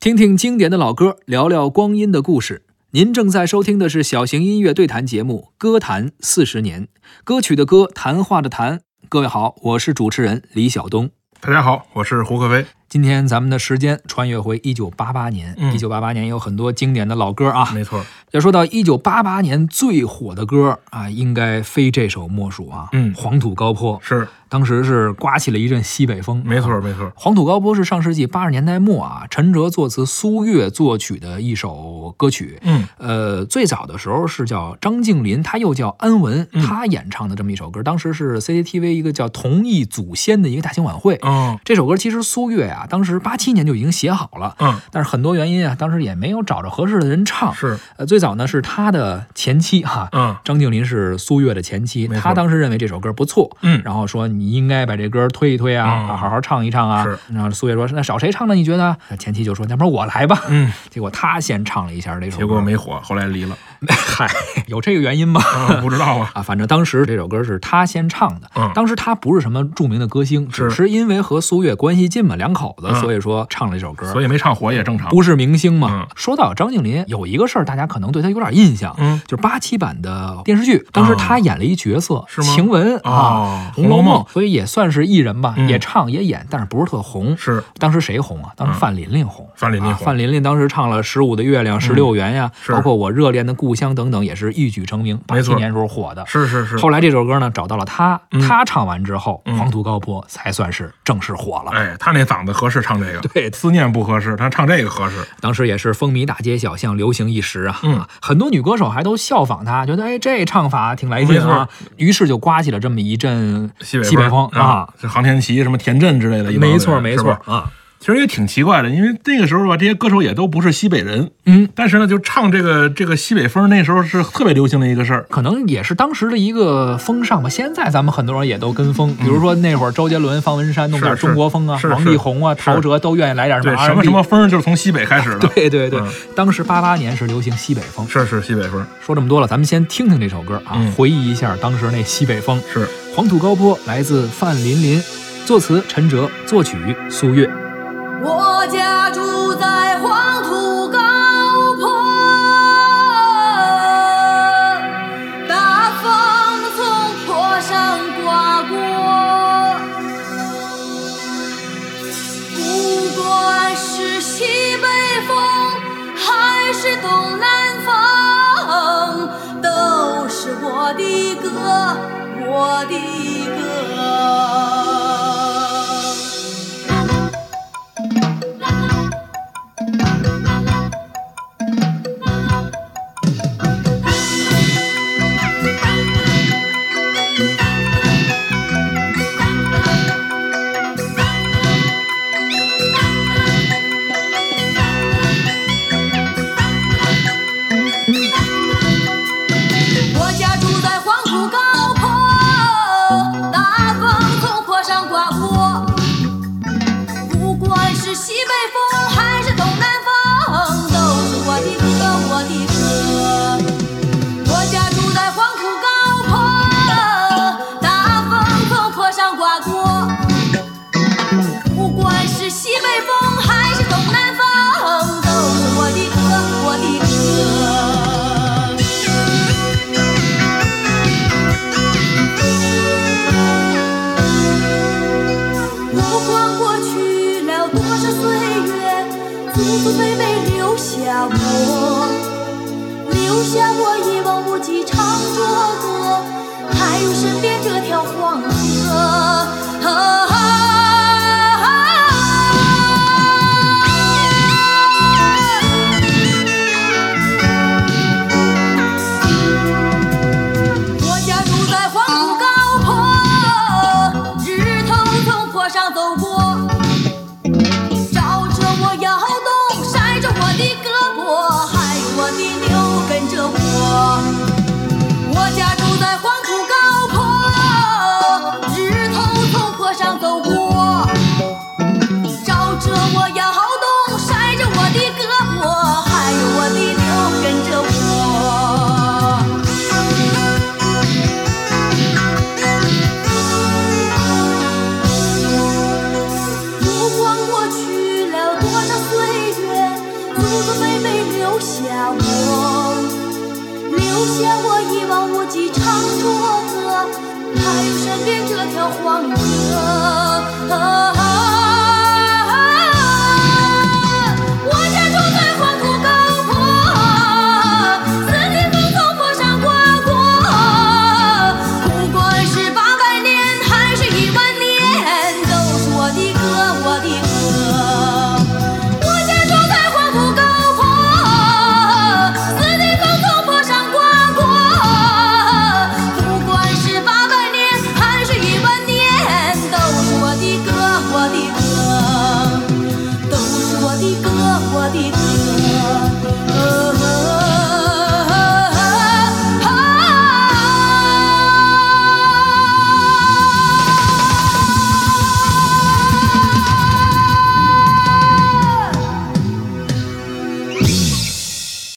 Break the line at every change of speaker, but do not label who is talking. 听听经典的老歌，聊聊光阴的故事。您正在收听的是小型音乐对谈节目《歌坛四十年》，歌曲的歌，谈话的谈。各位好，我是主持人李晓东。
大家好，我是胡可飞。
今天咱们的时间穿越回一九八八年，
嗯
一九八八年有很多经典的老歌啊。
没错，
要说到一九八八年最火的歌啊，应该非这首莫属啊。
嗯
黄土高坡
是
当时是刮起了一阵西北风，
没错，没错。
黄土高坡是上世纪八十年代末啊，陈哲作词、苏越作曲的一首歌曲。
嗯，
呃，最早的时候是叫张静林，他又叫安文，
嗯
他演唱的这么一首歌，当时是 CCTV 一个叫“同一祖先”的一个大型晚会。
哦，
这首歌其实苏越啊，当时八七年就已经写好了，
嗯，
但是很多原因啊，当时也没有找着合适的人唱。
是，
呃，最早呢是他的前妻哈、
嗯，
张静林是苏越的前妻，
没错
她当时认为这首歌不错，
嗯
然后说你应该把这歌推一推啊，
嗯
啊好好唱一唱啊。
是
然后苏越说那找谁唱呢？你觉得？前妻就说那不然我来吧。
嗯，
结果他先唱了一下这首歌，
结果没火，后来离了。
嗨，有这个原因吗？
啊，不知道 啊。
啊，反正当时这首歌是他先唱的。
嗯
当时他不是什么著名的歌星，只
是
是因为和苏越关系近嘛，两口子，
嗯
所以说唱了这首歌。
所以没唱火也正常。
不是明星嘛
啊嗯？
说到张静林，有一个事儿，大家可能对她有点印象，
嗯
就是八七版的电视剧，当时她演了一角色，
是吗
晴雯啊，
哦
《红楼
红楼
梦
梦》，
所以也算是艺人吧，
嗯
也唱也演，但是不是特红。
是嗯
当时谁红啊？当时范琳琳红，
范琳琳
啊
红嗯
范琳琳当时唱了《十五的月亮》《十六圆》呀，
是
包括我热恋的故乡等等，也是一举成名。八
没
七
错
年时候火的。
是是是。
后来这首歌呢，找到了她，
嗯
她唱完之后，
嗯
黄土高坡才算是正式火了。
哎，他那嗓子合适唱这个，
对
思念不合适，他唱这个合适。
当时也是风靡大街小巷，流行一时啊。
嗯
很多女歌手还都效仿他，觉得哎这唱法挺来劲啊，于是就刮起了这么一阵
西北
西北风啊。，
这航天旗什么田震之类的，一帮
没
人
错没。
是
错
吧
啊，
其实也挺奇怪的，因为那个时候吧，这些歌手也都不是西北人，
嗯，
但是呢，就唱这个这个西北风，那时候是特别流行的一个事儿。
可能也是当时的一个风尚吧。现在咱们很多人也都跟风，比如说那会儿周杰伦、方文山弄点
嗯是
中国风啊，
是是
王力宏啊、陶喆都愿意来点什
对，
么
什么
R&B
什么风就是从西北开始的，
对对对
嗯，
当时八八年是流行西北风。
是是西北风，
说这么多了，咱们先听听这首歌啊，
嗯
回忆一下当时那西北风。
是。
《黄土高坡》来自范琳琳，作词陈哲，作曲苏越。
我家住在黄土高坡，大风从坡上刮过，不管是西北风还是东南风，都是我的歌，我的歌。我家住在黄土高坡，大风从坡上刮过。不管是西北风还是东南风，都是我的歌，我的歌。我家住在黄土高坡，大风从坡上刮过。不管是西北风还是东南风，都是我的歌，我的歌。不管过去了多少岁月，祖祖辈辈留下我，留下我一望无际唱着歌，还有身边这条黄河。啊我家住在黄土高坡，日头从坡上走过，照着我摇动，晒着我的胳膊，还有我的牛跟着我。我家住在黄土高坡，日头从坡上走过，留下我，留下我一望无际长桌河，还有身边这条黄河。我家住在黄土高坡，四季风从坡上刮过。不管是八百年还是一万年，都是我的歌，我的歌。我家住在黄土高坡，四季风从坡上刮过。不管是八百年还是一万年，都是我的歌，我的歌。都是我的歌，我的歌。